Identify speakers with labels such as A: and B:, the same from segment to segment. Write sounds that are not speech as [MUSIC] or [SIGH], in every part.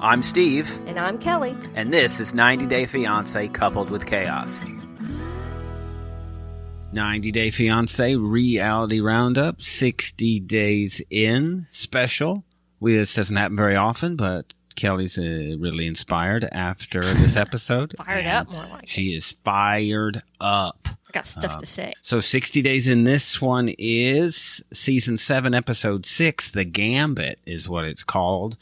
A: I'm Steve,
B: And I'm Kelly.
A: and this is 90 Day Fiancé coupled with chaos. 90 Day Fiancé Reality Roundup, 60 Days In special. We, this doesn't happen very often, but Kelly's uh, really inspired after [LAUGHS] this episode.
B: Fired
A: and
B: up, more like.
A: She is fired up.
B: I got stuff to say.
A: So 60 days in this one is season 7 episode 6 The Gambit is what it's called.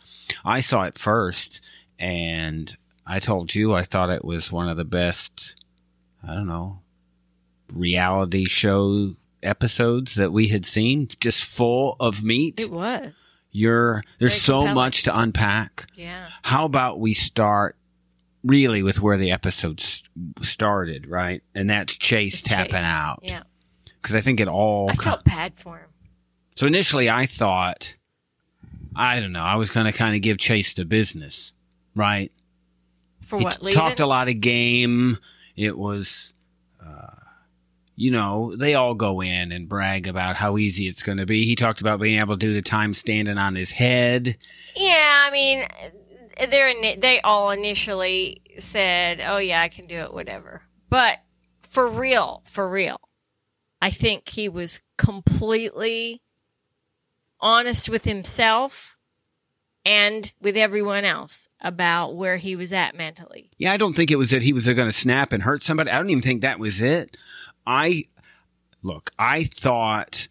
A: I saw it first and I told you I thought it was one of the best I don't know reality show episodes that we had seen just full of meat.
B: It was.
A: You're there's
B: Very
A: so
B: compelling.
A: much to unpack.
B: Yeah.
A: How about we start really with where the episode s- started, right? And that's Chase
B: It's
A: tapping
B: Chase.
A: out
B: Yeah.
A: because I think it all.
B: I
A: co-
B: felt bad for him.
A: so initially, I thought, I don't know, I was going to kind of give Chase the business, right?
B: For
A: he
B: what?
A: t-
B: Leaving?
A: talked a lot of game. It was, uh, you know, they all go in and brag about how easy it's going to be. He talked about being able to do the time standing on his head.
B: yeah, I mean, they're in, they all initially said, oh, yeah, I can do it, whatever. But for real, for real, I think he was completely honest with himself and with everyone else about where he was at mentally.
A: Yeah, I don't think it was that he was going to snap and hurt somebody. I don't even think that was it. I look, I thought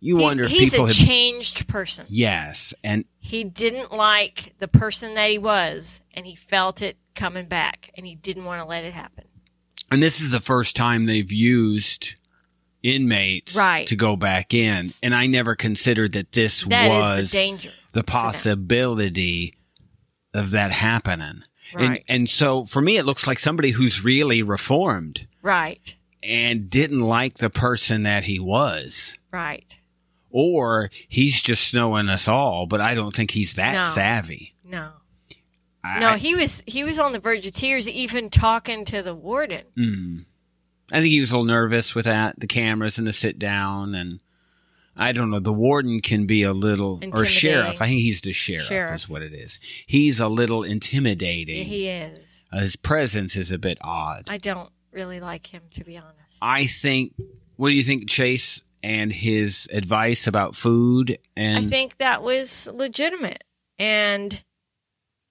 A: you
B: He-
A: wonder if
B: he's
A: people
B: a
A: had.
B: changed person.
A: yes, and
B: he didn't like the person that he was and he felt it coming back and he didn't want to let it happen
A: And this is the first time they've used inmates
B: Right.
A: to go back in. And I never considered that this
B: That is
A: was
B: the danger
A: the possibility of that happening. And,
B: Right.
A: and so for me, it looks like somebody who's really reformed
B: right
A: and didn't like the person that he was.
B: right
A: Or he's just snowing us all, but I don't think he's that
B: No.
A: savvy.
B: no
A: I-
B: no he was he was on the verge of tears even talking to the warden
A: Hmm. I think he was a little nervous with that, the cameras and the sit down, and I don't know. The warden can be a little, or
B: Intimidating.
A: sheriff. I think he's the sheriff,
B: Sheriff.
A: is what it is. He's a little intimidating.
B: Yeah, he is
A: Uh, His presence is a bit odd.
B: i don't really like him to be honest
A: I think. What do you think, Chase, and his advice about food and
B: i think that was legitimate and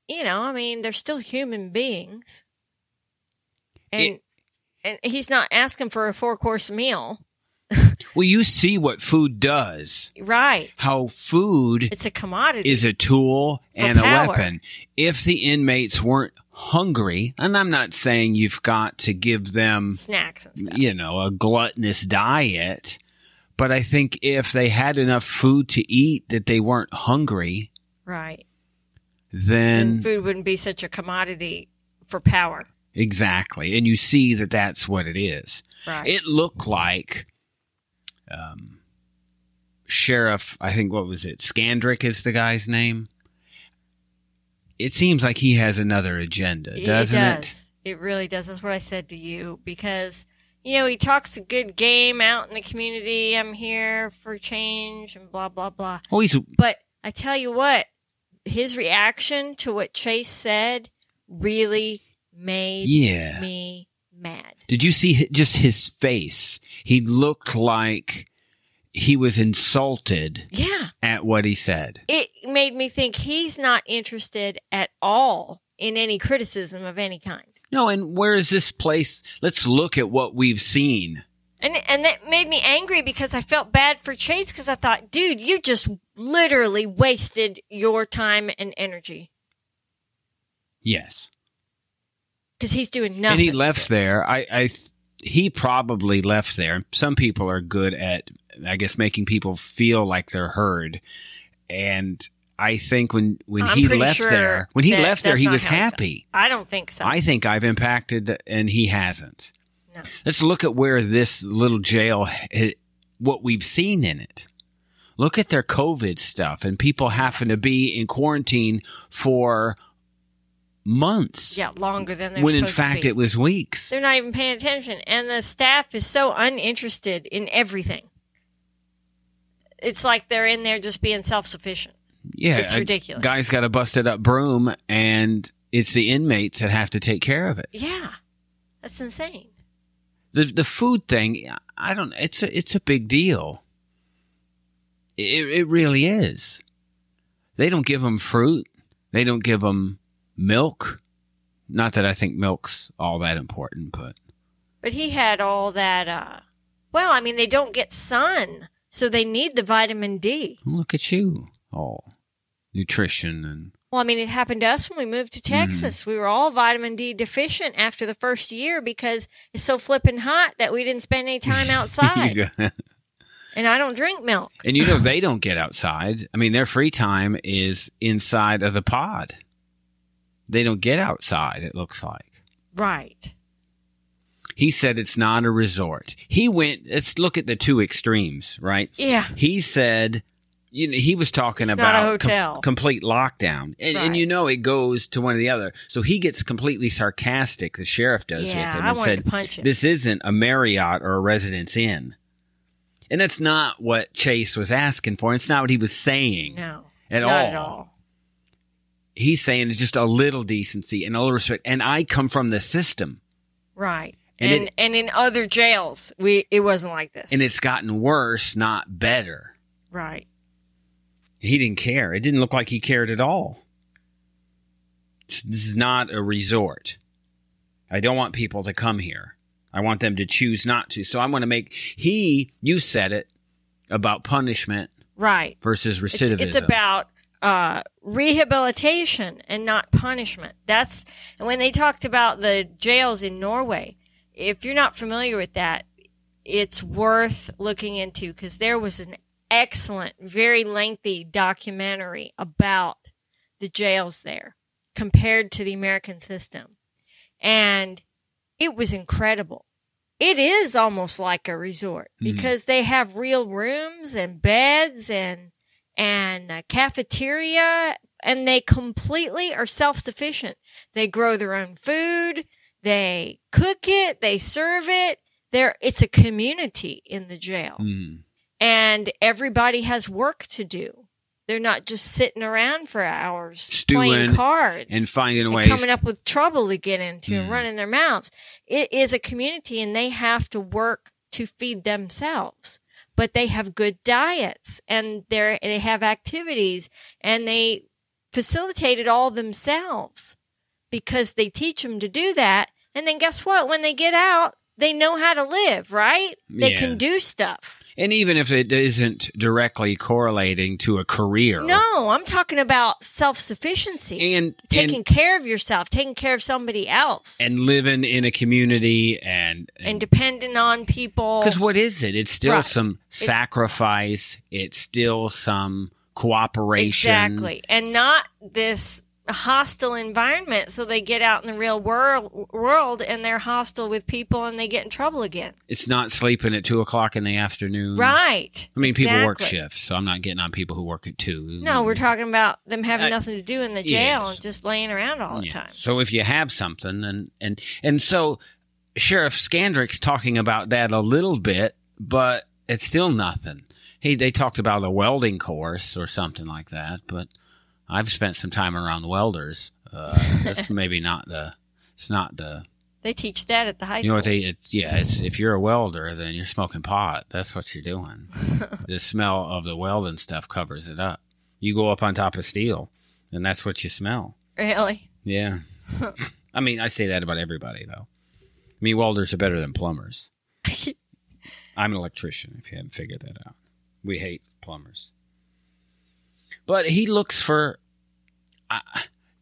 B: you know i mean they're still human beings and and he's not asking for a four course meal
A: well, you see what food does.
B: right
A: How food
B: It's a commodity.
A: is a tool and a
B: power.
A: weapon. If the inmates weren't hungry, and I'm not saying you've got to give them,
B: snacks and stuff.
A: you know, a gluttonous diet, but I think if they had enough food to eat that they weren't hungry,
B: Right.
A: then
B: And food wouldn't be such a commodity for power.
A: exactly. And you see that that's what it is.
B: Right.
A: It looked like, um, Sheriff, I think what was it? Scandrick is the guy's name. It seems like he has another agenda, doesn't
B: it does. It? really does. That's what I said to you because you know he talks a good game out in the community. I'm here for change and blah blah blah.
A: Oh, he's
B: But I tell you what, his reaction to what Chase said really made
A: yeah.
B: me mad.
A: Did you see hi- just his face? He looked like he was insulted
B: Yeah.
A: at what he said.
B: it made me think he's not interested at all in any criticism of any kind.
A: No, and where is this place? Let's look at what we've seen.
B: And, and that made me angry because I felt bad for Chase because I thought, dude, you just literally wasted your time and energy
A: Yes.
B: because he's doing nothing.
A: and he
B: with
A: left
B: this.
A: there. I, I, th- he probably left there. Some people are good at, I guess, making people feel like they're heard. And I think when when
B: I'm
A: he
B: pretty
A: left
B: sure
A: there, when he
B: that
A: left there,
B: that's
A: he
B: not
A: was
B: how he felt.
A: happy.
B: I don't think so.
A: I think I've impacted, and he hasn't.
B: No.
A: Let's look at where this little jail, h- what we've seen in it. Look at their COVID stuff and people having to be in quarantine for months
B: yeah, longer than they're
A: when in
B: supposed to
A: fact
B: be.
A: it was weeks.
B: they're not even paying attention, and the staff is so uninterested in everything. It's like they're in there just being self sufficient.
A: Yeah,
B: It's
A: a
B: ridiculous.
A: Guy's got a busted up broom, and it's the inmates that have to take care of it.
B: Yeah. That's insane.
A: the the food thing i don't it's a it's a big deal it, it really is they don't give them fruit they don't give them milk not that i think milk's all that important but
B: But he had all that, uh, well, I mean, they don't get sun, so they need the vitamin D.
A: look at you all nutrition and
B: Well, I mean, it happened to us when we moved to
A: Mm-hmm.
B: Texas. We were all vitamin D deficient after the first year because it's so flippin' hot that we didn't spend
A: [LAUGHS]
B: any time outside. and I don't drink milk.
A: and you know they don't get outside i mean their free time is inside of the pod they don't get outside it looks like
B: Right.
A: He said it's not a resort. He went, let's look at the two extremes, right?
B: Yeah.
A: He said, you know, he was talking
B: It's
A: about
B: not a
A: com-
B: hotel.
A: complete lockdown. And, and
B: Right.
A: you know, it goes to one or the other. So he gets completely sarcastic, the sheriff does
B: Yeah,
A: with him,
B: I
A: and
B: wanted
A: said,
B: to punch him.
A: This isn't a Marriott or a Residence Inn. And that's not what Chase was asking for. It's not what he was saying
B: No.
A: at
B: not
A: all
B: at all.
A: he's saying is just a little decency and a little respect. And I come from the system.
B: Right.
A: And
B: And
A: it-
B: and, in other jails, we it wasn't like this.
A: And it's gotten worse, not better.
B: right.
A: he didn't care. It didn't look like he cared at all. This this is not a resort. I don't want people to come here. I want them to choose not to. So I'm going to make he. You said it about punishment
B: Right.
A: versus
B: It's,
A: recidivism.
B: it's about uh, rehabilitation and not punishment. That's and when they talked about the jails in Norway, if you're not familiar with that, it's worth looking into because there was an excellent, very lengthy documentary about the jails there compared to the American system, and it was incredible. It is almost like a resort
A: Mhm.
B: because they have real rooms and beds and and a cafeteria and they completely are self-sufficient. They grow their own food, they cook it, they serve it. There it's a community in the jail
A: Mm.
B: and everybody has work to do. They're not just sitting around for hours
A: Stewing
B: playing cards
A: and finding
B: and
A: ways.
B: coming up with trouble to get into
A: Mm.
B: and running their mouths. It is a community and they have to work to feed themselves, but they have good diets and they're, they have activities and they facilitate it all themselves because they teach them to do that. And then guess what? When they get out, they know how to live, right? They
A: Yeah.
B: can do stuff.
A: and even if it isn't directly correlating to a career,
B: No, I'm talking about self sufficiency.
A: and
B: Taking
A: and,
B: care of yourself, taking care of somebody else.
A: and living in a community and
B: and dependent on people.
A: Because what is it? It's still
B: Right.
A: some sacrifice. It's still some cooperation.
B: Exactly. And not this hostile environment. So they get out in the real world, world and they're hostile with people and they get in trouble again.
A: It's not sleeping at two o'clock in the afternoon.
B: Right.
A: Mm. I mean, people work
B: Exactly.
A: shifts, so I'm not getting on people who work at two.
B: No, we're talking about them having
A: I-
B: nothing to do in the jail
A: Yes.
B: and just laying around all the
A: Yeah.
B: time.
A: So if you have something, and and and so Sheriff Scandrick's talking about that a little bit, but it's still nothing. He they talked about a welding course or something like that, but I've spent some time around welders. Uh,
B: [LAUGHS]
A: that's maybe not the. It's not the
B: They teach that at the high
A: You know
B: school.
A: what they? It's, yeah, it's if you're a welder, then you're smoking pot. That's what you're
B: [LAUGHS]
A: doing. the smell of the welding stuff covers it up. You go up on top of steel, and that's what you smell.
B: really? [LAUGHS]
A: Yeah. I mean, I say that about everybody though. I mean, welders are better than plumbers. I'm an electrician. If you haven't figured that out, we hate plumbers. But he looks for. I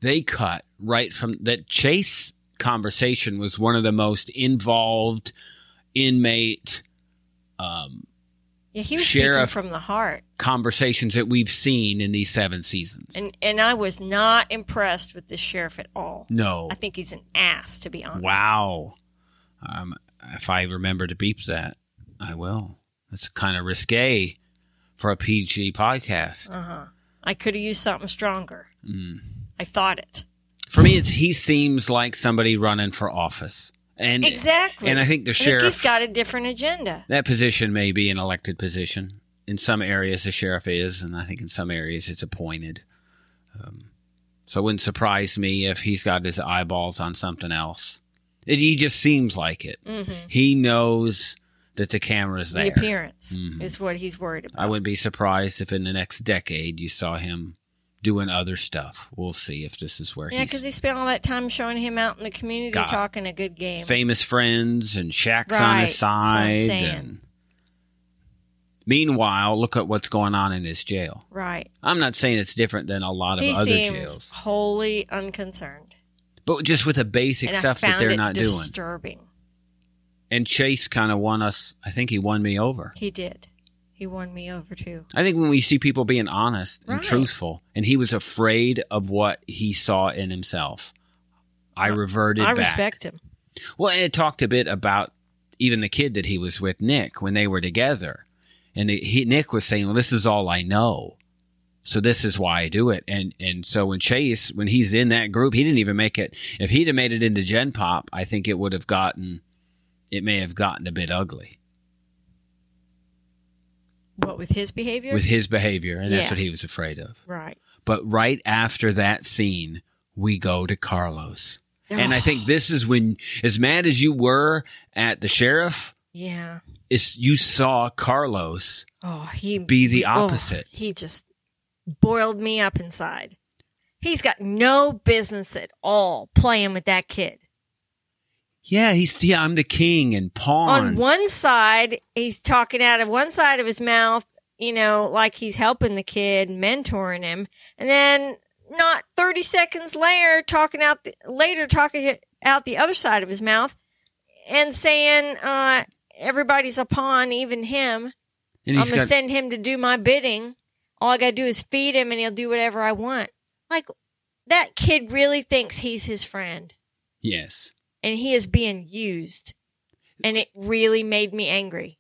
A: they cut right from that Chase conversation was one of the most involved inmate um,
B: Yeah, he was
A: Sheriff-
B: speaking from the heart.
A: conversations that we've seen in these seven seasons.
B: And, and I was not impressed with the sheriff at all.
A: no,
B: I think he's an ass, to be honest.
A: Wow. Um, if I remember to beep that, I will. That's kind of risque for a PG podcast.
B: Uh huh. I could have used something stronger.
A: Mm.
B: I thought it.
A: For me, it's he seems like somebody running for office, and
B: Exactly.
A: and I think the
B: I think
A: sheriff
B: he's got a different agenda.
A: that position may be an elected position. In some areas, the sheriff is, and I think in some areas it's appointed. Um, so it wouldn't surprise me if he's got his eyeballs on something else. It, he just seems like it.
B: Mm-hmm.
A: He knows that the camera's
B: The
A: there.
B: appearance
A: Mhm.
B: is what he's worried about.
A: I wouldn't be surprised if in the next decade you saw him doing other stuff. We'll see if this is where
B: Yeah, because
A: he's
B: he spent all that time showing him out in the community
A: God.
B: talking a good game.
A: famous friends and Shaq's on his
B: Right,
A: side.
B: that's what I'm saying.
A: And meanwhile, look at what's going on in his jail.
B: right.
A: I'm not saying it's different than a lot of
B: He
A: other
B: seems
A: jails,
B: wholly unconcerned.
A: but just with the basic
B: And
A: stuff
B: I found
A: that they're
B: it
A: not doing.
B: disturbing.
A: And Chase kind of won us. I think he won me over.
B: He did. He won me over too.
A: I think when we see people being honest and
B: Right.
A: truthful, and he was afraid of what he saw in himself, I reverted
B: I
A: back.
B: respect him.
A: Well, and it talked a bit about even the kid that he was with, Nick, when they were together. And he, Nick was saying, well, this is all I know. So this is why I do it. And, and so when Chase, when he's in that group, he didn't even make it. If he'd have made it into Gen Pop, I think it would have gotten, it may have gotten a bit ugly
B: What with his behavior?
A: with his behavior. And that's
B: Yeah.
A: what he was afraid of.
B: right.
A: But right after that scene, we go to Carlos. And I
B: Oh,
A: think this is when, as mad as you were at the sheriff,
B: yeah.
A: is you saw Carlos
B: Oh, he
A: be the
B: oh,
A: opposite.
B: he just boiled me up inside. He's got no business at all playing with that kid.
A: Yeah, he's yeah, I'm the king and pawns.
B: On one side, he's talking out of one side of his mouth, you know, like he's helping the kid, mentoring him, and then not 30 seconds later talking out the, later talking out the other side of his mouth and saying uh everybody's a pawn, even him.
A: and
B: I'm
A: he's
B: gonna
A: got
B: send him to do my bidding. All I gotta do is feed him, and he'll do whatever I want. Like that kid really thinks he's his friend,
A: yes.
B: and he is being used. And it really made me angry.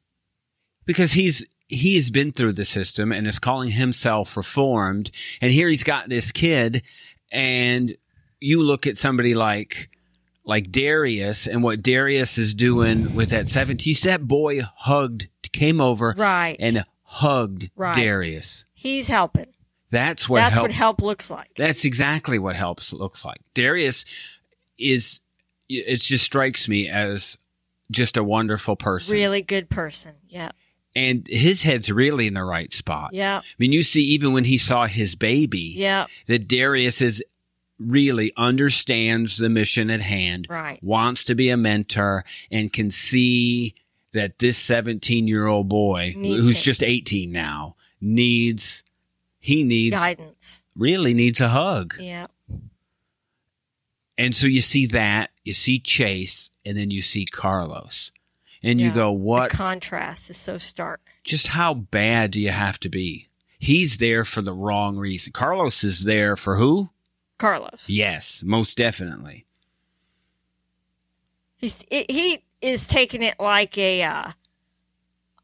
A: Because he's he has been through the system and is calling himself reformed and here he's got this kid and you look at somebody like like Darius and what Darius is doing with that 17 that boy hugged came over
B: Right.
A: and uh, hugged
B: Right.
A: Darius.
B: he's helping.
A: That's where
B: That's
A: help
B: what help looks like.
A: That's exactly what helps looks like. Darius is it just strikes me as just a wonderful person.
B: Really good person. Yeah.
A: And his head's really in the right spot.
B: Yeah.
A: I mean, you see even when he saw his baby
B: Yeah.
A: that Darius is really understands the mission at hand,
B: Right.
A: wants to be a mentor and can see that this 17-year-old boy
B: Needs
A: who's
B: it.
A: just 18 now needs he needs
B: Guidance.
A: really needs a hug.
B: Yeah.
A: And so you see that, you see Chase, and then you see Carlos. And you
B: Yeah.
A: go, what?
B: The contrast is so stark.
A: just how bad do you have to be? He's there for the wrong reason. Carlos is there for who?
B: Carlos.
A: Yes, most definitely.
B: He's it, he is taking it like a uh,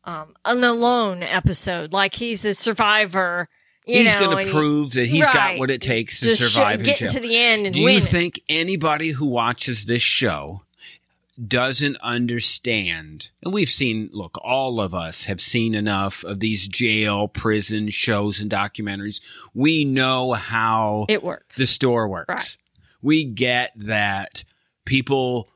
B: um an alone episode, like he's a survivor. You
A: he's
B: know,
A: going
B: and
A: to
B: he
A: prove that he's got
B: Right.
A: what it takes to
B: just should
A: survive in
B: get
A: jail.
B: to the end and
A: do
B: win
A: you
B: it.
A: think anybody who watches this show doesn't understand? And we've seen, look, all of us have seen enough of these jail, prison shows and documentaries. We know how
B: it works.
A: the store works.
B: Right.
A: We get that people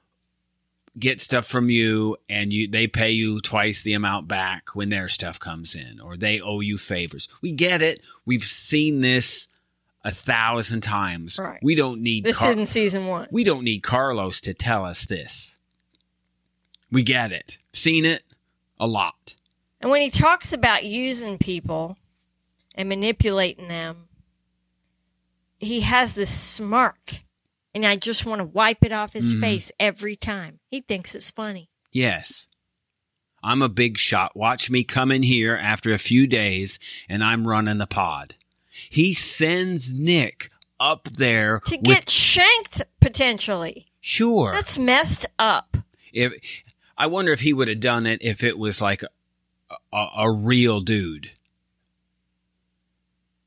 A: get stuff from you and you they pay you twice the amount back when their stuff comes in or they owe you favors. We get it. We've seen this a thousand times.
B: Right.
A: We don't need
B: this
A: Car-
B: isn't season one.
A: we don't need Carlos to tell us this. We get it. Seen it a lot.
B: And when he talks about using people and manipulating them, he has this smirk. And I just want to wipe it off his
A: Mhm.
B: face every time. He thinks it's funny.
A: Yes. I'm a big shot. Watch me come in here after a few days and I'm running the pod. He sends Nick up there
B: To
A: with-
B: get shanked, potentially.
A: sure.
B: That's messed up.
A: If I wonder if he would have done it if it was like a, a, a real dude.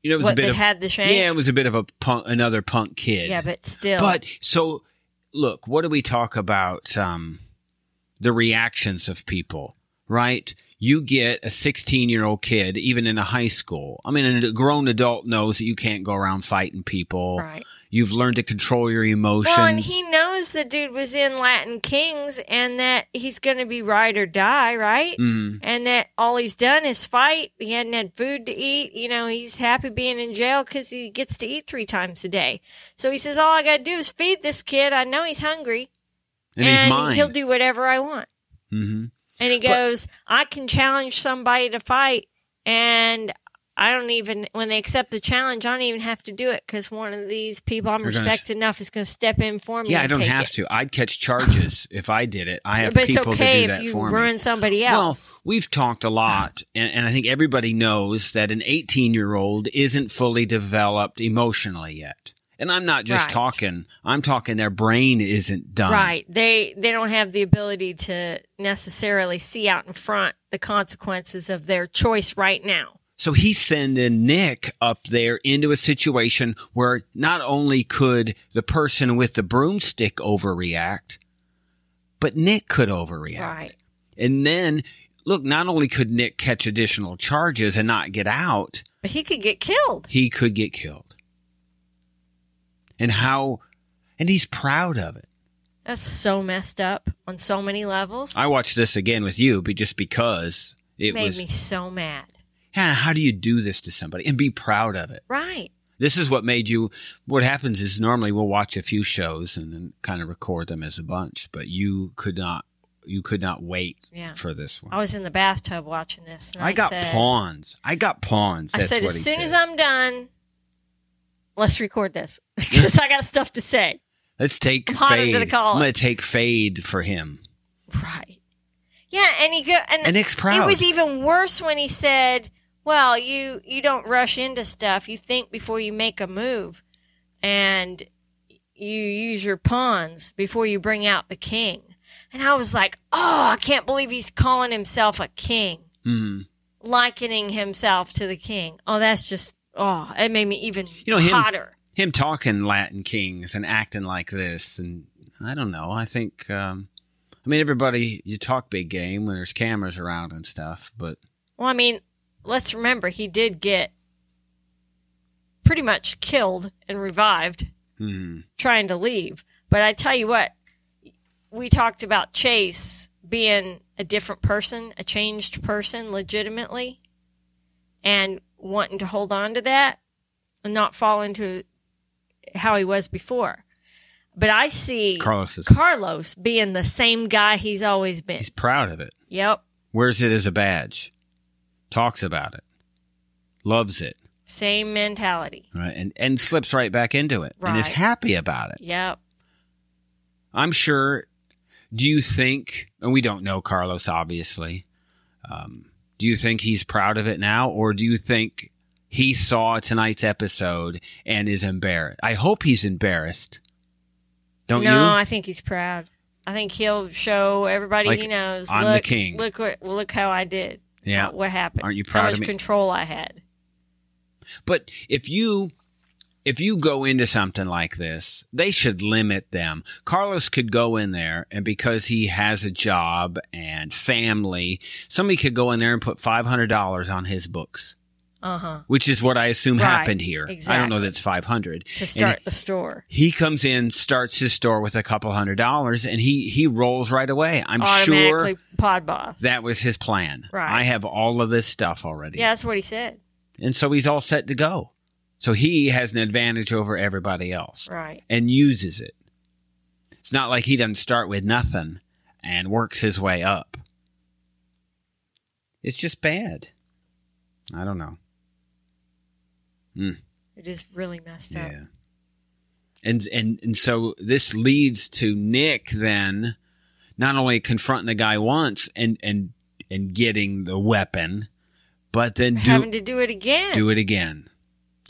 A: You know, it was a
B: What,
A: bit
B: that
A: of
B: had the shank?
A: yeah, it was a bit of a punk, another punk kid.
B: Yeah, but still.
A: But so, look, what do we talk about? Um, the reactions of people. right? You get a 16 year old kid, even in a high school. I mean, a grown adult knows that you can't go around fighting people.
B: Right.
A: You've learned to control your emotions.
B: Well, and he knows the dude was in Latin Kings and that he's going to be ride or die, right?
A: Mm.
B: And that all he's done is fight. He hadn't had food to eat. You know, he's happy being in jail because he gets to eat three times a day. So he says, All I got to do is feed this kid. I know he's hungry.
A: And he's mine.
B: he'll do whatever I want.
A: hmm
B: And he
A: But-
B: goes, I can challenge somebody to fight. And I don't even, when they accept the challenge, I don't even have to do it because one of these people I'm
A: They're gonna s-
B: respected enough is going to step in for me.
A: Yeah, I
B: and
A: don't
B: take
A: have
B: it.
A: to. I'd catch charges if I did it. I
B: So-
A: have
B: but it's
A: people
B: okay
A: to do that
B: if you
A: for me.
B: ruin somebody else.
A: Well, we've talked a
B: [SIGHS]
A: lot, and, and I think everybody knows that an 18 year old isn't fully developed emotionally yet. And I'm not just
B: Right.
A: talking, I'm talking their brain isn't done.
B: right. They they don't have the ability to necessarily see out in front the consequences of their choice right now.
A: So he's sending Nick up there into a situation where not only could the person with the broomstick overreact, but Nick could overreact.
B: Right.
A: And then, look, not only could Nick catch additional charges and not get out,
B: But he could get killed.
A: he could get killed. And how, and he's proud of it.
B: That's so messed up on so many levels.
A: I watched this again with you, but just because it
B: made
A: was,
B: me so mad.
A: "Hannah, how do you do this to somebody and be proud of it?
B: Right.
A: This is what made you. What happens is normally we'll watch a few shows and then kind of record them as a bunch, but you could not, you could not wait
B: Yeah.
A: for this one.
B: I was in the bathtub watching this. And I,
A: I got
B: said,
A: pawns. I got pawns.
B: I
A: That's
B: said,
A: what
B: as
A: he
B: soon
A: says.
B: as I'm done, let's record this [LAUGHS] because I got stuff to say.
A: Let's take
B: I'm hot
A: fade.
B: under the collar.
A: I'm gonna take fade for him.
B: Right. Yeah, and he go and,
A: And Nick's proud.
B: It was e- even worse when he said, "Well, you you don't rush into stuff. You think before you make a move, and you use your pawns before you bring out the king." And I was like, "Oh, I can't believe he's calling himself a king,
A: Mhm.
B: likening himself to the king." Oh, that's just oh, it made me even
A: You know, him-
B: hotter.
A: Him talking Latin kings and acting like this, and I don't know. I think, um, I mean, everybody you talk big game when there's cameras around and stuff, but
B: Well, I mean, let's remember he did get pretty much killed and revived
A: hmm,
B: trying to leave. But I tell you what, we talked about Chase being a different person, a changed person legitimately, and wanting to hold on to that and not fall into how he was before. But I see
A: Carlos is
B: Carlos being the same guy he's always been.
A: he's proud of it.
B: Yep.
A: Wears it as a badge. Talks about it. Loves it.
B: Same mentality.
A: Right. And and slips right back into it. And is
B: Right.
A: happy about it.
B: Yep.
A: I'm sure. Do you think, and we don't know Carlos, obviously, um, do you think he's proud of it now, or do you think he saw tonight's episode and is embarrassed? I hope he's embarrassed. Don't
B: no,
A: you?
B: I think he's proud. I think he'll show everybody
A: Like,
B: he knows.
A: I'm the
B: look,
A: king."
B: Look what look how I did.
A: Yeah.
B: What happened?
A: Aren't you
B: how
A: proud of
B: much
A: me?
B: control I had?
A: But if you if you go into something like this, they should limit them. Carlos could go in there and because he has a job and family, somebody could go in there and put $500 on his books,
B: Uh huh.
A: which is what I assume
B: Right,
A: happened here. I don't know that
B: exactly.
A: it's 500.
B: To start the store.
A: He comes in, starts his store with a couple hundred dollars and he he rolls right away. I'm sure
B: Automatically pod boss.
A: that was his plan.
B: Right.
A: I have all of this stuff already.
B: yeah, that's what he said.
A: And so he's all set to go. So he has an advantage over everybody else
B: Right.
A: and uses it. It's not like he doesn't start with nothing and works his way up. It's just bad. I don't know.
B: It is really messed up.
A: Yeah. And and and so this leads to Nick then not only confronting the guy once and and and getting the weapon, but then do
B: Having to do it again.
A: do it again.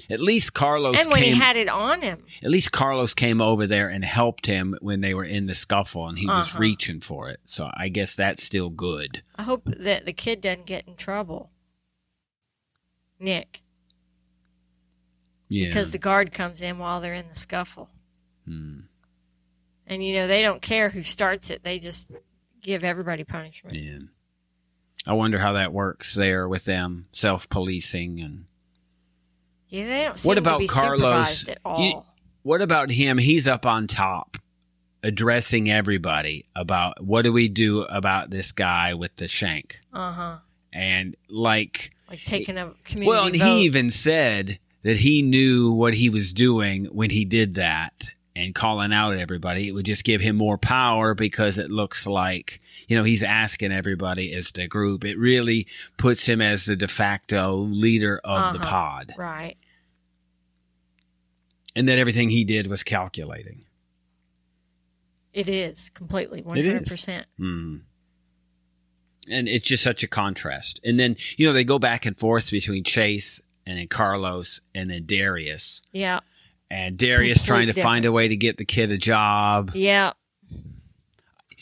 A: At least Carlos
B: and when
A: came
B: he had it on him.
A: at least Carlos came over there and helped him when they were in the scuffle and he was
B: Uh-huh.
A: reaching for it. So I guess that's still good.
B: I hope that the kid doesn't get in trouble. Nick.
A: Yeah.
B: Because the guard comes in while they're in the scuffle.
A: Hmm.
B: And you know, they don't care who starts it. They just give everybody punishment.
A: Yeah. I wonder how that works there with them self policing and
B: Yeah, they don't seem what about
A: about
B: to be
A: Carlos?
B: Carlos? at all.
A: You- what about him? He's up on top addressing everybody about what do we do about this guy with the shank
B: uh huh.
A: and like
B: Like taking a community
A: well and
B: vote.
A: he even said that he knew what he was doing when he did that and calling out everybody it would just give him more power because it looks like you know he's asking everybody as the group it really puts him as the de facto leader of the
B: Uh-huh.
A: pod
B: right.
A: and that everything he did was calculating
B: It is completely one
A: is.
B: hundred percent.
A: Mm. And it's just such a contrast. And then, you know, they go back and forth between Chase and then Carlos and then Darius.
B: Yeah.
A: And Darius
B: Complete
A: trying to find a way to get the kid a job.
B: Yeah.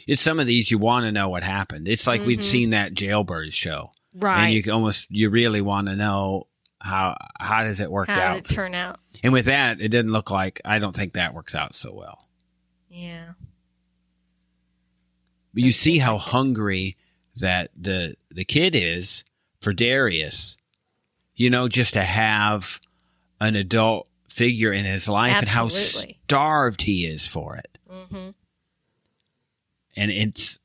A: It's some of these you want to know what happened. It's like we've
B: Mhm.
A: seen that jailbird show.
B: Right.
A: And you can almost, you really want to know how, how does it work
B: How
A: out?
B: did it turn out?
A: and with that, it didn't look like, I don't think that works out so well.
B: Yeah.
A: But you see how hungry that the the kid is for Darius. You know, just to have an adult figure in his life and
B: Absolutely.
A: how starved he is for it.
B: Mm-hmm.
A: And it's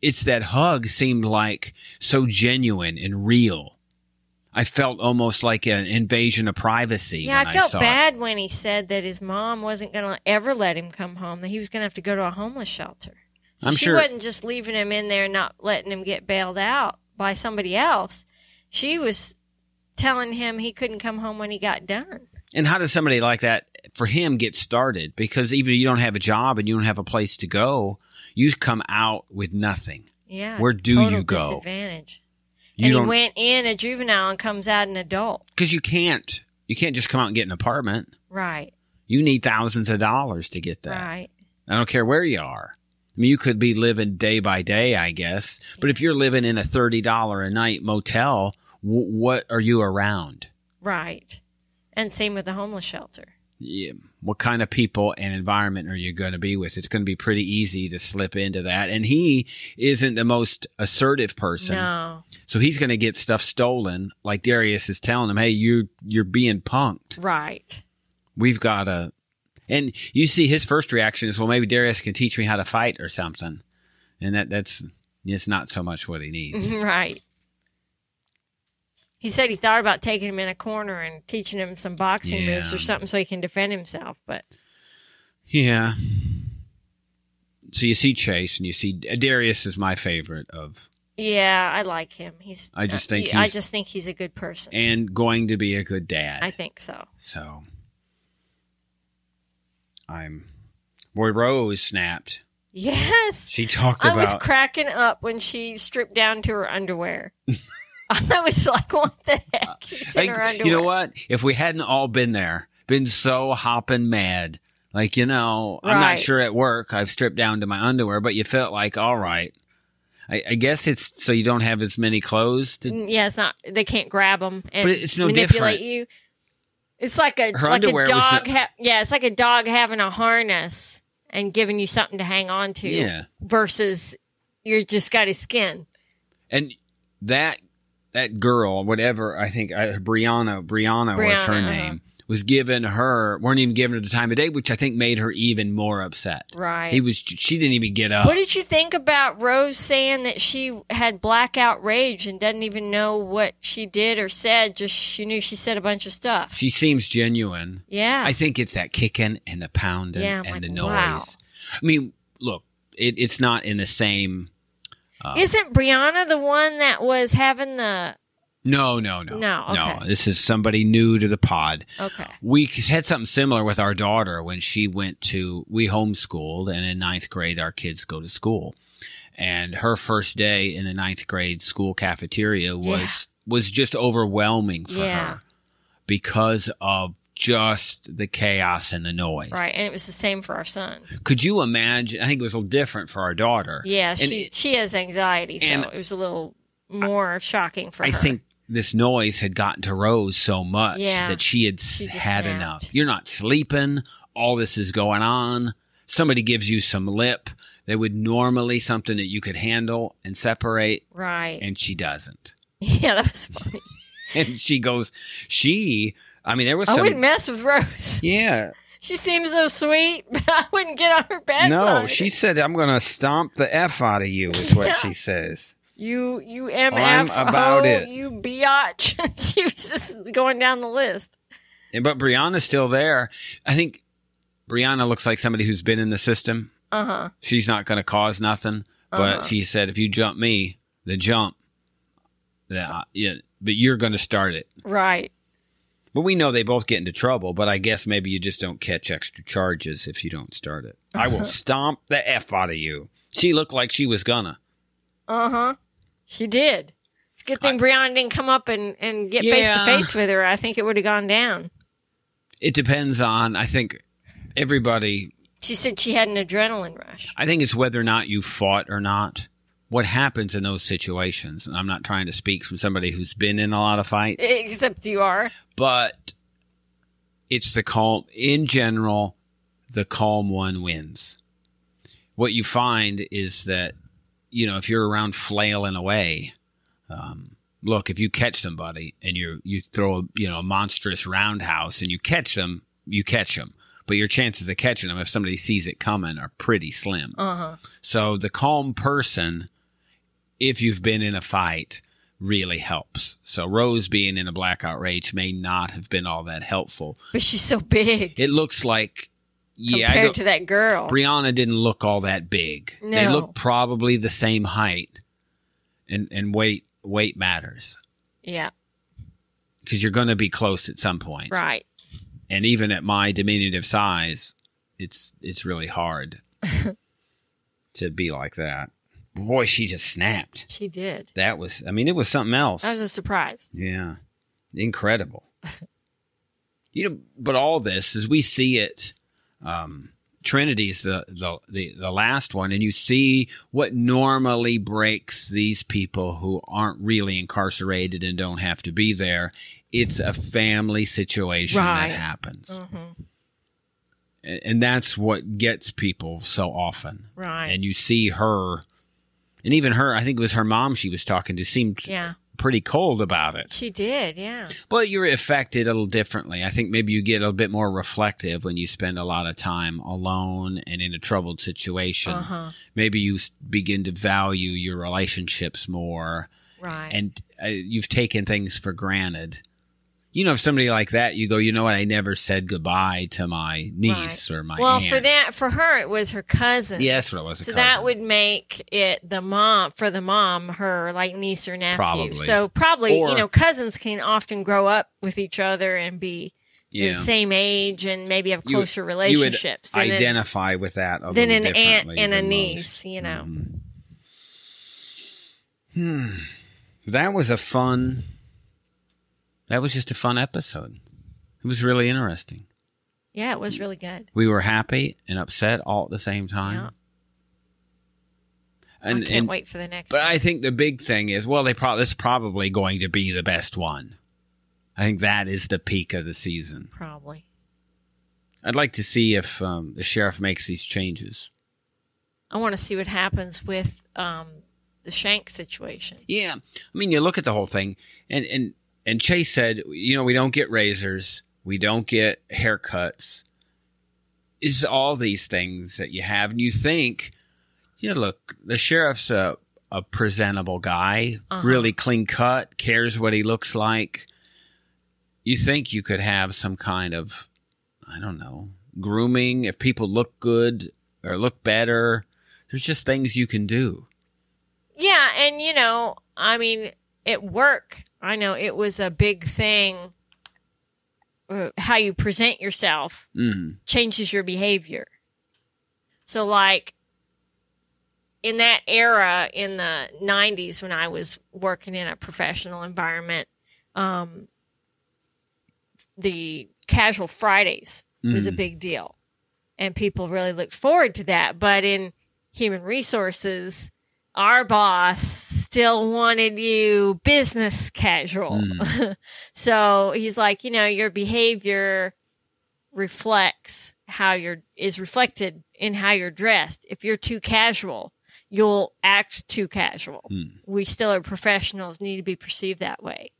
A: it's that hug seemed like so genuine and real. I felt almost like an invasion of privacy.
B: Yeah,
A: when
B: I
A: I,
B: felt
A: saw it.
B: bad when he said that his mom wasn't going to ever let him come home, that he was going to have to go to a homeless shelter. So
A: I'm
B: she
A: sure-
B: wasn't just leaving him in there and not letting him get bailed out by somebody else. She was telling him he couldn't come home when he got done.
A: And how does somebody like that for him get started? Because even if you don't have a job and you don't have a place to go, you come out with nothing.
B: Yeah.
A: Where do
B: total
A: you go?
B: Disadvantage.
A: You
B: and he
A: don't
B: went in a juvenile and comes out an adult.
A: because you can't you can't just come out and get an apartment.
B: Right.
A: You need thousands of dollars to get that.
B: Right.
A: I don't care where you are. I mean, you could be living day by day, I guess. But if you're living in a thirty dollar a night motel, w- what are you around?
B: Right. And same with the homeless shelter.
A: Yeah. What kind of people and environment are you going to be with? It's going to be pretty easy to slip into that. And he isn't the most assertive person.
B: No.
A: So he's going to get stuff stolen. Like Darius is telling him, Hey, you, you're being punked.
B: Right.
A: we've got to. And you see his first reaction is, well, maybe Darius can teach me how to fight or something. And that that's it's not so much what he
B: Mm-hmm.
A: needs.
B: [LAUGHS] right. He said he thought about taking him in a corner and teaching him some boxing
A: Yeah.
B: moves or something so he can defend himself. But
A: yeah. So you see Chase and you see Darius is my favorite of
B: yeah, I like him. He's
A: I just think
B: uh, I
A: he's-
B: just think he's a good person.
A: and going to be a good dad.
B: I think so.
A: so I'm Boy Rose snapped.
B: Yes.
A: She talked
B: I was
A: about
B: cracking up when she stripped down to her
A: [LAUGHS]
B: underwear. [LAUGHS] I was like, what the heck? She's in
A: Like,
B: her underwear.
A: you know what? If we hadn't all been there, been so hopping mad, like you know, I'm not
B: Right.
A: sure at work. I've stripped down to my underwear, but you felt like all right. I, I guess it's so you don't have as many clothes. To,
B: Yeah, it's not. They can't grab them and
A: But it's no
B: manipulate
A: different.
B: you. It's like a
A: Her
B: like a
A: underwear was
B: dog.
A: the-
B: ha- yeah, it's like a dog having a harness and giving you something to hang on to.
A: yeah,
B: Versus, you're just got his skin.
A: and that that girl, whatever I think uh, Brianna, Brianna, was her
B: Brianna, uh-huh.
A: name, was given her weren't even given her the time of day, which I think made her even more upset.
B: Right.
A: He was uh, she didn't even get up.
B: what did you think about Rose saying that she had blackout rage and doesn't even know what she did or said? Just she knew she said a bunch of stuff.
A: she seems genuine.
B: yeah.
A: I think it's that kicking and the pounding
B: Yeah, I'm
A: and
B: like,
A: the noise.
B: wow.
A: I mean, look, it, it's not in the same. uh,
B: Isn't Brianna the one that was having the?
A: No, no, no,
B: No, okay.
A: This is somebody new to the pod.
B: Okay.
A: We had something similar with our daughter when she went to we homeschooled, and in ninth grade our kids go to school, and her first day in the ninth grade school cafeteria was was just overwhelming for
B: Yeah.
A: her because of just the chaos and the noise.
B: Right, and it was the same for our son.
A: Could you imagine? I think it was a little different for our daughter.
B: Yeah,
A: And
B: she
A: it-
B: she has anxiety, so
A: and-
B: it was a little more shocking for
A: I
B: her.
A: think this noise had gotten to Rose so much
B: Yeah.
A: that she had s-
B: just
A: had
B: snapped.
A: enough. You're not sleeping. All this is going on. Somebody gives you some lip. They would normally something that you could handle and separate,
B: Right.
A: and she doesn't.
B: [LAUGHS]
A: [LAUGHS]
B: yeah, that was funny.
A: And she goes, she. I mean, there was
B: I
A: some.
B: wouldn't mess with Rose. [LAUGHS]
A: yeah,
B: She seems so sweet, [LAUGHS] but I wouldn't get on her bad
A: no, she said, "I'm going to stomp the f out of you," is what she says.
B: You, you MF,
A: about it.
B: you biatch. [LAUGHS] she was just going down the list.
A: And, but Brianna's still there. I think Brianna looks like somebody who's been in the system.
B: Uh huh.
A: She's not going to cause nothing. But
B: Uh-huh.
A: she said, "If you jump me, the jump, that I- yeah, but you're going to start it."
B: Right.
A: But we know they both get into trouble, but I guess maybe you just don't catch extra charges if you don't start it. I will stomp the F out of you. She looked like she was gonna.
B: Uh huh. She did. It's a good thing Brianna didn't come up and, and get face
A: Yeah.
B: to face with her. I think it would have gone down.
A: It depends on, I think, everybody.
B: She said she had an adrenaline rush.
A: I think it's whether or not you fought or not. What happens in those situations? And I'm not trying to speak from somebody who's been in a lot of fights.
B: Except you are.
A: but it's the calm in general the calm one wins what you find is that you know if you're around flailing away um, look if you catch somebody and you you throw a you know a monstrous roundhouse and you catch them you catch them but your chances of catching them if somebody sees it coming are pretty slim
B: Uh huh.
A: so the calm person, if you've been in a fight, really helps. So Rose being in a blackout rage may not have been all that helpful.
B: But she's so big
A: It looks like, yeah, I
B: compared
A: don't,
B: to that girl.
A: Brianna didn't look all that big. They
B: No.
A: look probably the same height, and and weight weight matters
B: yeah.
A: because you're going to be close at some point.
B: Right.
A: And even at my diminutive size, it's it's really
B: [LAUGHS]
A: hard to be like that. Boy, she just snapped.
B: She did.
A: That was, I mean, it was something else.
B: That was a surprise.
A: yeah. Incredible. [LAUGHS] you know, but all this, as we see it, um, Trinity's the, the, the, the last one, and you see what normally breaks these people who aren't really incarcerated and don't have to be there. It's a family situation
B: Right.
A: that happens.
B: Mhm.
A: A- And that's what gets people so often
B: Right.
A: and you see her and even her i think it was her mom she was talking to seemed
B: yeah.
A: pretty cold about it
B: She did. Yeah.
A: but you're affected a little differently i think maybe you get a little bit more reflective when you spend a lot of time alone and in a troubled situation
B: Uh huh.
A: maybe you s- begin to value your relationships more
B: Right.
A: and uh, you've taken things for granted you know if somebody like that you go you know what i never said goodbye to my niece or my
B: well,
A: aunt
B: for that, for her, it was her cousin.
A: yeah that's what it was a
B: So
A: cousin.
B: that would make it the mom for the mom, her like niece or nephew.
A: Probably.
B: So probably
A: Or-
B: you know cousins can often grow up with each other and be
A: yeah.
B: the same age and maybe have
A: You-
B: closer relationships
A: you would
B: than, an-
A: identify with that a
B: than
A: little
B: an aunt
A: differently
B: and a
A: than Mm-hmm.
B: niece. You know,
A: Um, most. hmm. That was a fun. That was just a fun episode. It was really interesting.
B: yeah, it was really good.
A: We were happy and upset all at the same time.
B: Yeah. I
A: And,
B: can't
A: and
B: wait for the next.
A: but
B: one.
A: I think the big thing is well, they probably that's probably going to be the best one. I think that is the peak of the season.
B: probably.
A: I'd like to see if um, the sheriff makes these changes.
B: I want to see what happens with um, the Shank situation.
A: Yeah, I mean, you look at the whole thing, and and and Chase said, you know, we don't get razors, we don't get haircuts. It's all these things that you have, and you think, yeah, look, the sheriff's a a presentable guy,
B: Uh-huh.
A: really clean cut, cares what he looks like. You think you could have some kind of, I don't know, grooming if people look good or look better. There's just things you can do.
B: Yeah, and you know, I mean, at work, I know it was a big thing. uh, How you present yourself
A: Mm.
B: changes your behavior. So, like in that era in the 90s, when I was working in a professional environment, um, the casual Fridays was a
A: Mm.
B: big deal. And people really looked forward to that. But in human resources, our boss still wanted you business casual.
A: Mm. Mm-hmm.
B: so he's like, you know, your behavior reflects how you're is reflected in how you're dressed. If you're too casual, you'll act too casual. We still are professionals, need to be perceived that way.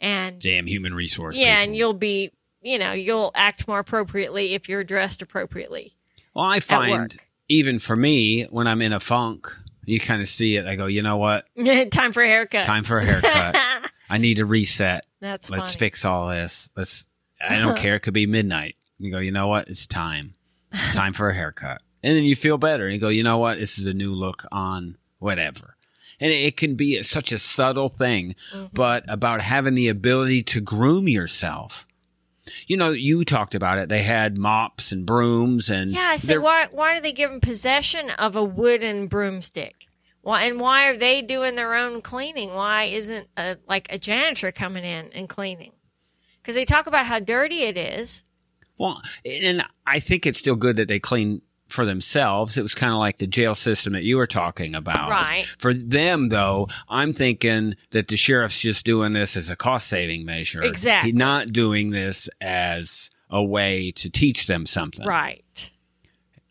B: And
A: Damn human resource.
B: yeah,
A: people.
B: and you'll be, you know, you'll act more appropriately if you're dressed appropriately. [LAUGHS]
A: Well, I find
B: work.
A: even for me when I'm in a funk, you kind of see it. I go, you know what?
B: Time for a haircut.
A: Time for a haircut. I need to reset.
B: [LAUGHS] That's
A: Let's
B: funny.
A: fix all this. Let's. I
B: [LAUGHS]
A: don't care. It could be midnight. You go. You know what? It's time. Time for a haircut. And then you feel better. And you go. You know what? This is a new look on whatever. And it it can be such a subtle thing,
B: Mm-hmm.
A: but about having the ability to groom yourself. You know, you talked about it. They had mops and brooms, and
B: Yeah, I said,
A: they're-
B: why, why do they give them possession of a wooden broomstick? Why, and why are they doing their own cleaning? Why isn't a, like a janitor coming in and cleaning? Because they talk about how dirty it is.
A: Well, and I think it's still good that they clean for themselves. It was kind of like the jail system that you were talking about.
B: Right.
A: For them, though, I'm thinking that the sheriff's just doing this as a cost saving measure.
B: Exactly.
A: He's not doing this as a way to teach them something.
B: Right.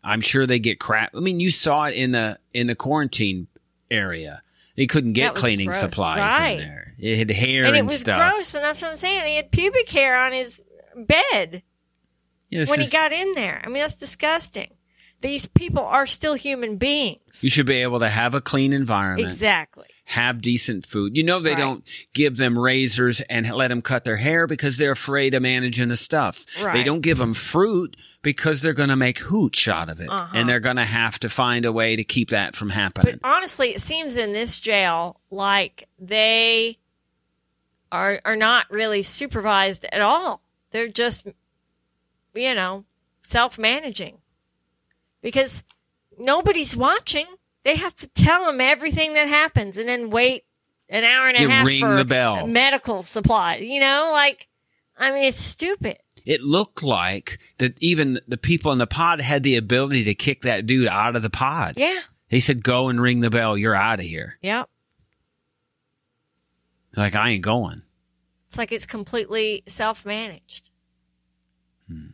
A: I'm sure they get crap. I mean, you saw it in the in the quarantine area. They couldn't
B: That
A: get
B: was
A: cleaning
B: gross.
A: supplies
B: Right.
A: in there. It had hair
B: And
A: and,
B: it was
A: stuff.
B: gross, and that's what I'm saying. He had pubic hair on his bed
A: Yeah, this
B: when
A: is-
B: he got in there. I mean, that's disgusting. These people are still human beings.
A: you should be able to have a clean environment.
B: Exactly.
A: have decent food. You know, they
B: Right.
A: don't give them razors and let them cut their hair because they're afraid of managing the stuff. They
B: Right.
A: don't give them fruit because they're going to make hooch out of it and they're going to have to find a way to keep that from
B: Uh-huh. But
A: happening.
B: honestly, it seems in this jail like they are are not really supervised at all. They're just you know, self-managing. Because nobody's watching. They have to tell them everything that happens and then wait an hour and a
A: You
B: half
A: ring
B: for
A: the bell.
B: medical supply. You know, like I mean it's stupid.
A: it looked like that even the people in the pod had the ability to kick that dude out of the pod.
B: Yeah.
A: He said, go and ring the bell. You're out of here.
B: Yep.
A: Like, I ain't going.
B: It's like it's completely self-managed.
A: Hmm.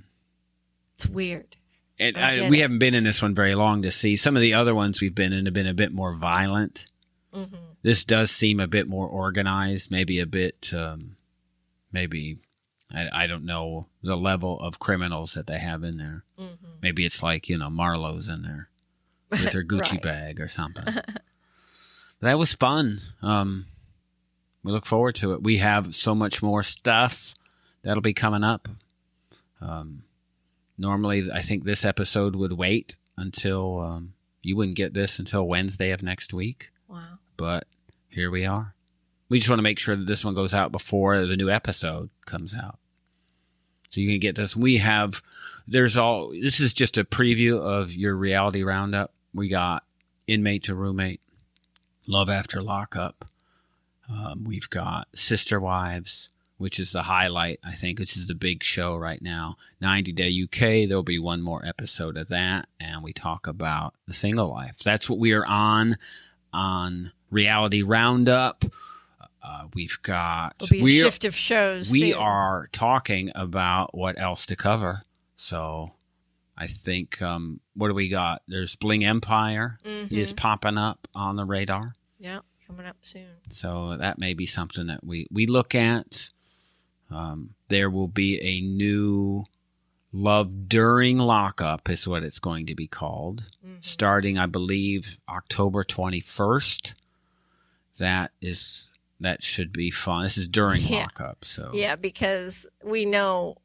B: It's weird.
A: And
B: I
A: I,
B: get
A: we
B: it.
A: haven't been in this one very long to see. Some of the other ones we've been in have been a bit more violent. This does seem a bit more organized, maybe a bit, um, maybe, I, I don't know the level of criminals that they have in there. Maybe it's like, you know, Marlowe's in there with her Gucci
B: Right.
A: bag or something. that was fun. Um, we look forward to it. We have so much more stuff that'll be coming up. Um, normally, I think this episode would wait until um, you wouldn't get this until Wednesday of next week,
B: Wow.
A: but here we are. We just want to make sure that this one goes out before the new episode comes out. So you can get this. We have, there's all, this is just a preview of your reality roundup. We got inmate to roommate, love after lockup. Um, we've got Sister Wives, which is the highlight, I think. This is the big show right now. 90 Day UK, there'll be one more episode of that. And we talk about the single life. That's what we are on, on Reality Roundup. Uh, we've got,
B: It'll be a
A: we are-
B: shift of shows.
A: we
B: soon.
A: are talking about what else to cover. So I think um, what do we got? There's Bling Empire is popping up on the radar.
B: Yeah, Mm-hmm. coming up soon.
A: So that may be something that we, we look at. Um, there will be a new Love During Lockup, is what it's going to be called,
B: Mm-hmm.
A: starting, I believe, October 21st. That is. That should be fun. This is during
B: Yeah.
A: lockup, so
B: Yeah, because we know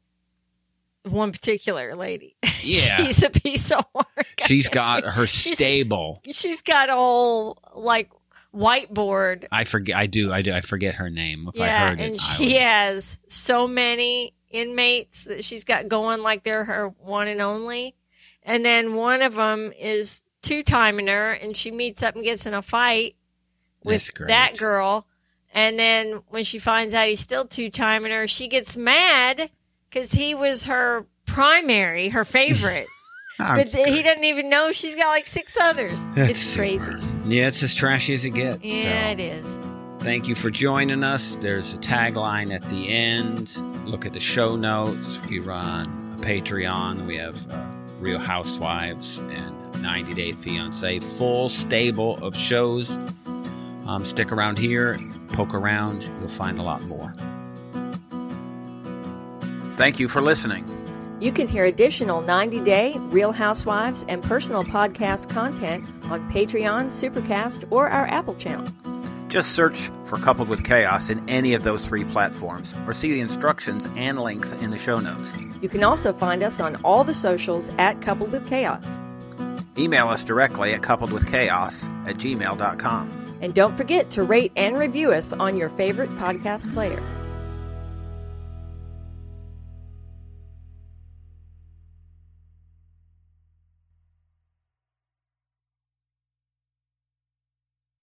B: one particular lady. [LAUGHS]
A: Yeah.
B: she's a piece of work. [LAUGHS]
A: She's got her
B: She's-
A: stable.
B: She's got a whole like whiteboard.
A: I forget. I do. I do. I forget her name. If I
B: yeah,
A: heard
B: and
A: it, I
B: she
A: would-
B: has so many inmates that she's got going like they're her one and only. And then one of them is two timing her, and she meets up and gets in a fight
A: That's
B: with
A: great.
B: that girl. And then when she finds out he's still two timing her, she gets mad because he was her primary,
A: [LAUGHS]
B: her favorite.
A: Ah,
B: but
A: it's
B: he
A: great.
B: doesn't even know she's got like six others.
A: That's
B: it's
A: super.
B: crazy.
A: Yeah, it's as trashy as it gets.
B: Yeah, it
A: so.
B: is.
A: Thank you for joining us. There's a tagline at the end. Look at the show notes. We run a Patreon. We have uh, Real Housewives and 90 Day Fiance. Full stable of shows. Um, stick around here, poke around, you'll find a lot more. Thank you for listening.
B: You can hear additional 90 Day, Real Housewives, and personal podcast content on Patreon, Supercast, or our Apple channel.
A: Just search for Coupled with Chaos in any of those three platforms or see the instructions and links in the show notes.
B: You can also find us on all the socials at Coupled with Chaos.
A: Email us directly at coupledwithchaos at gmail.com.
B: And don't forget to rate and review us on your favorite podcast player.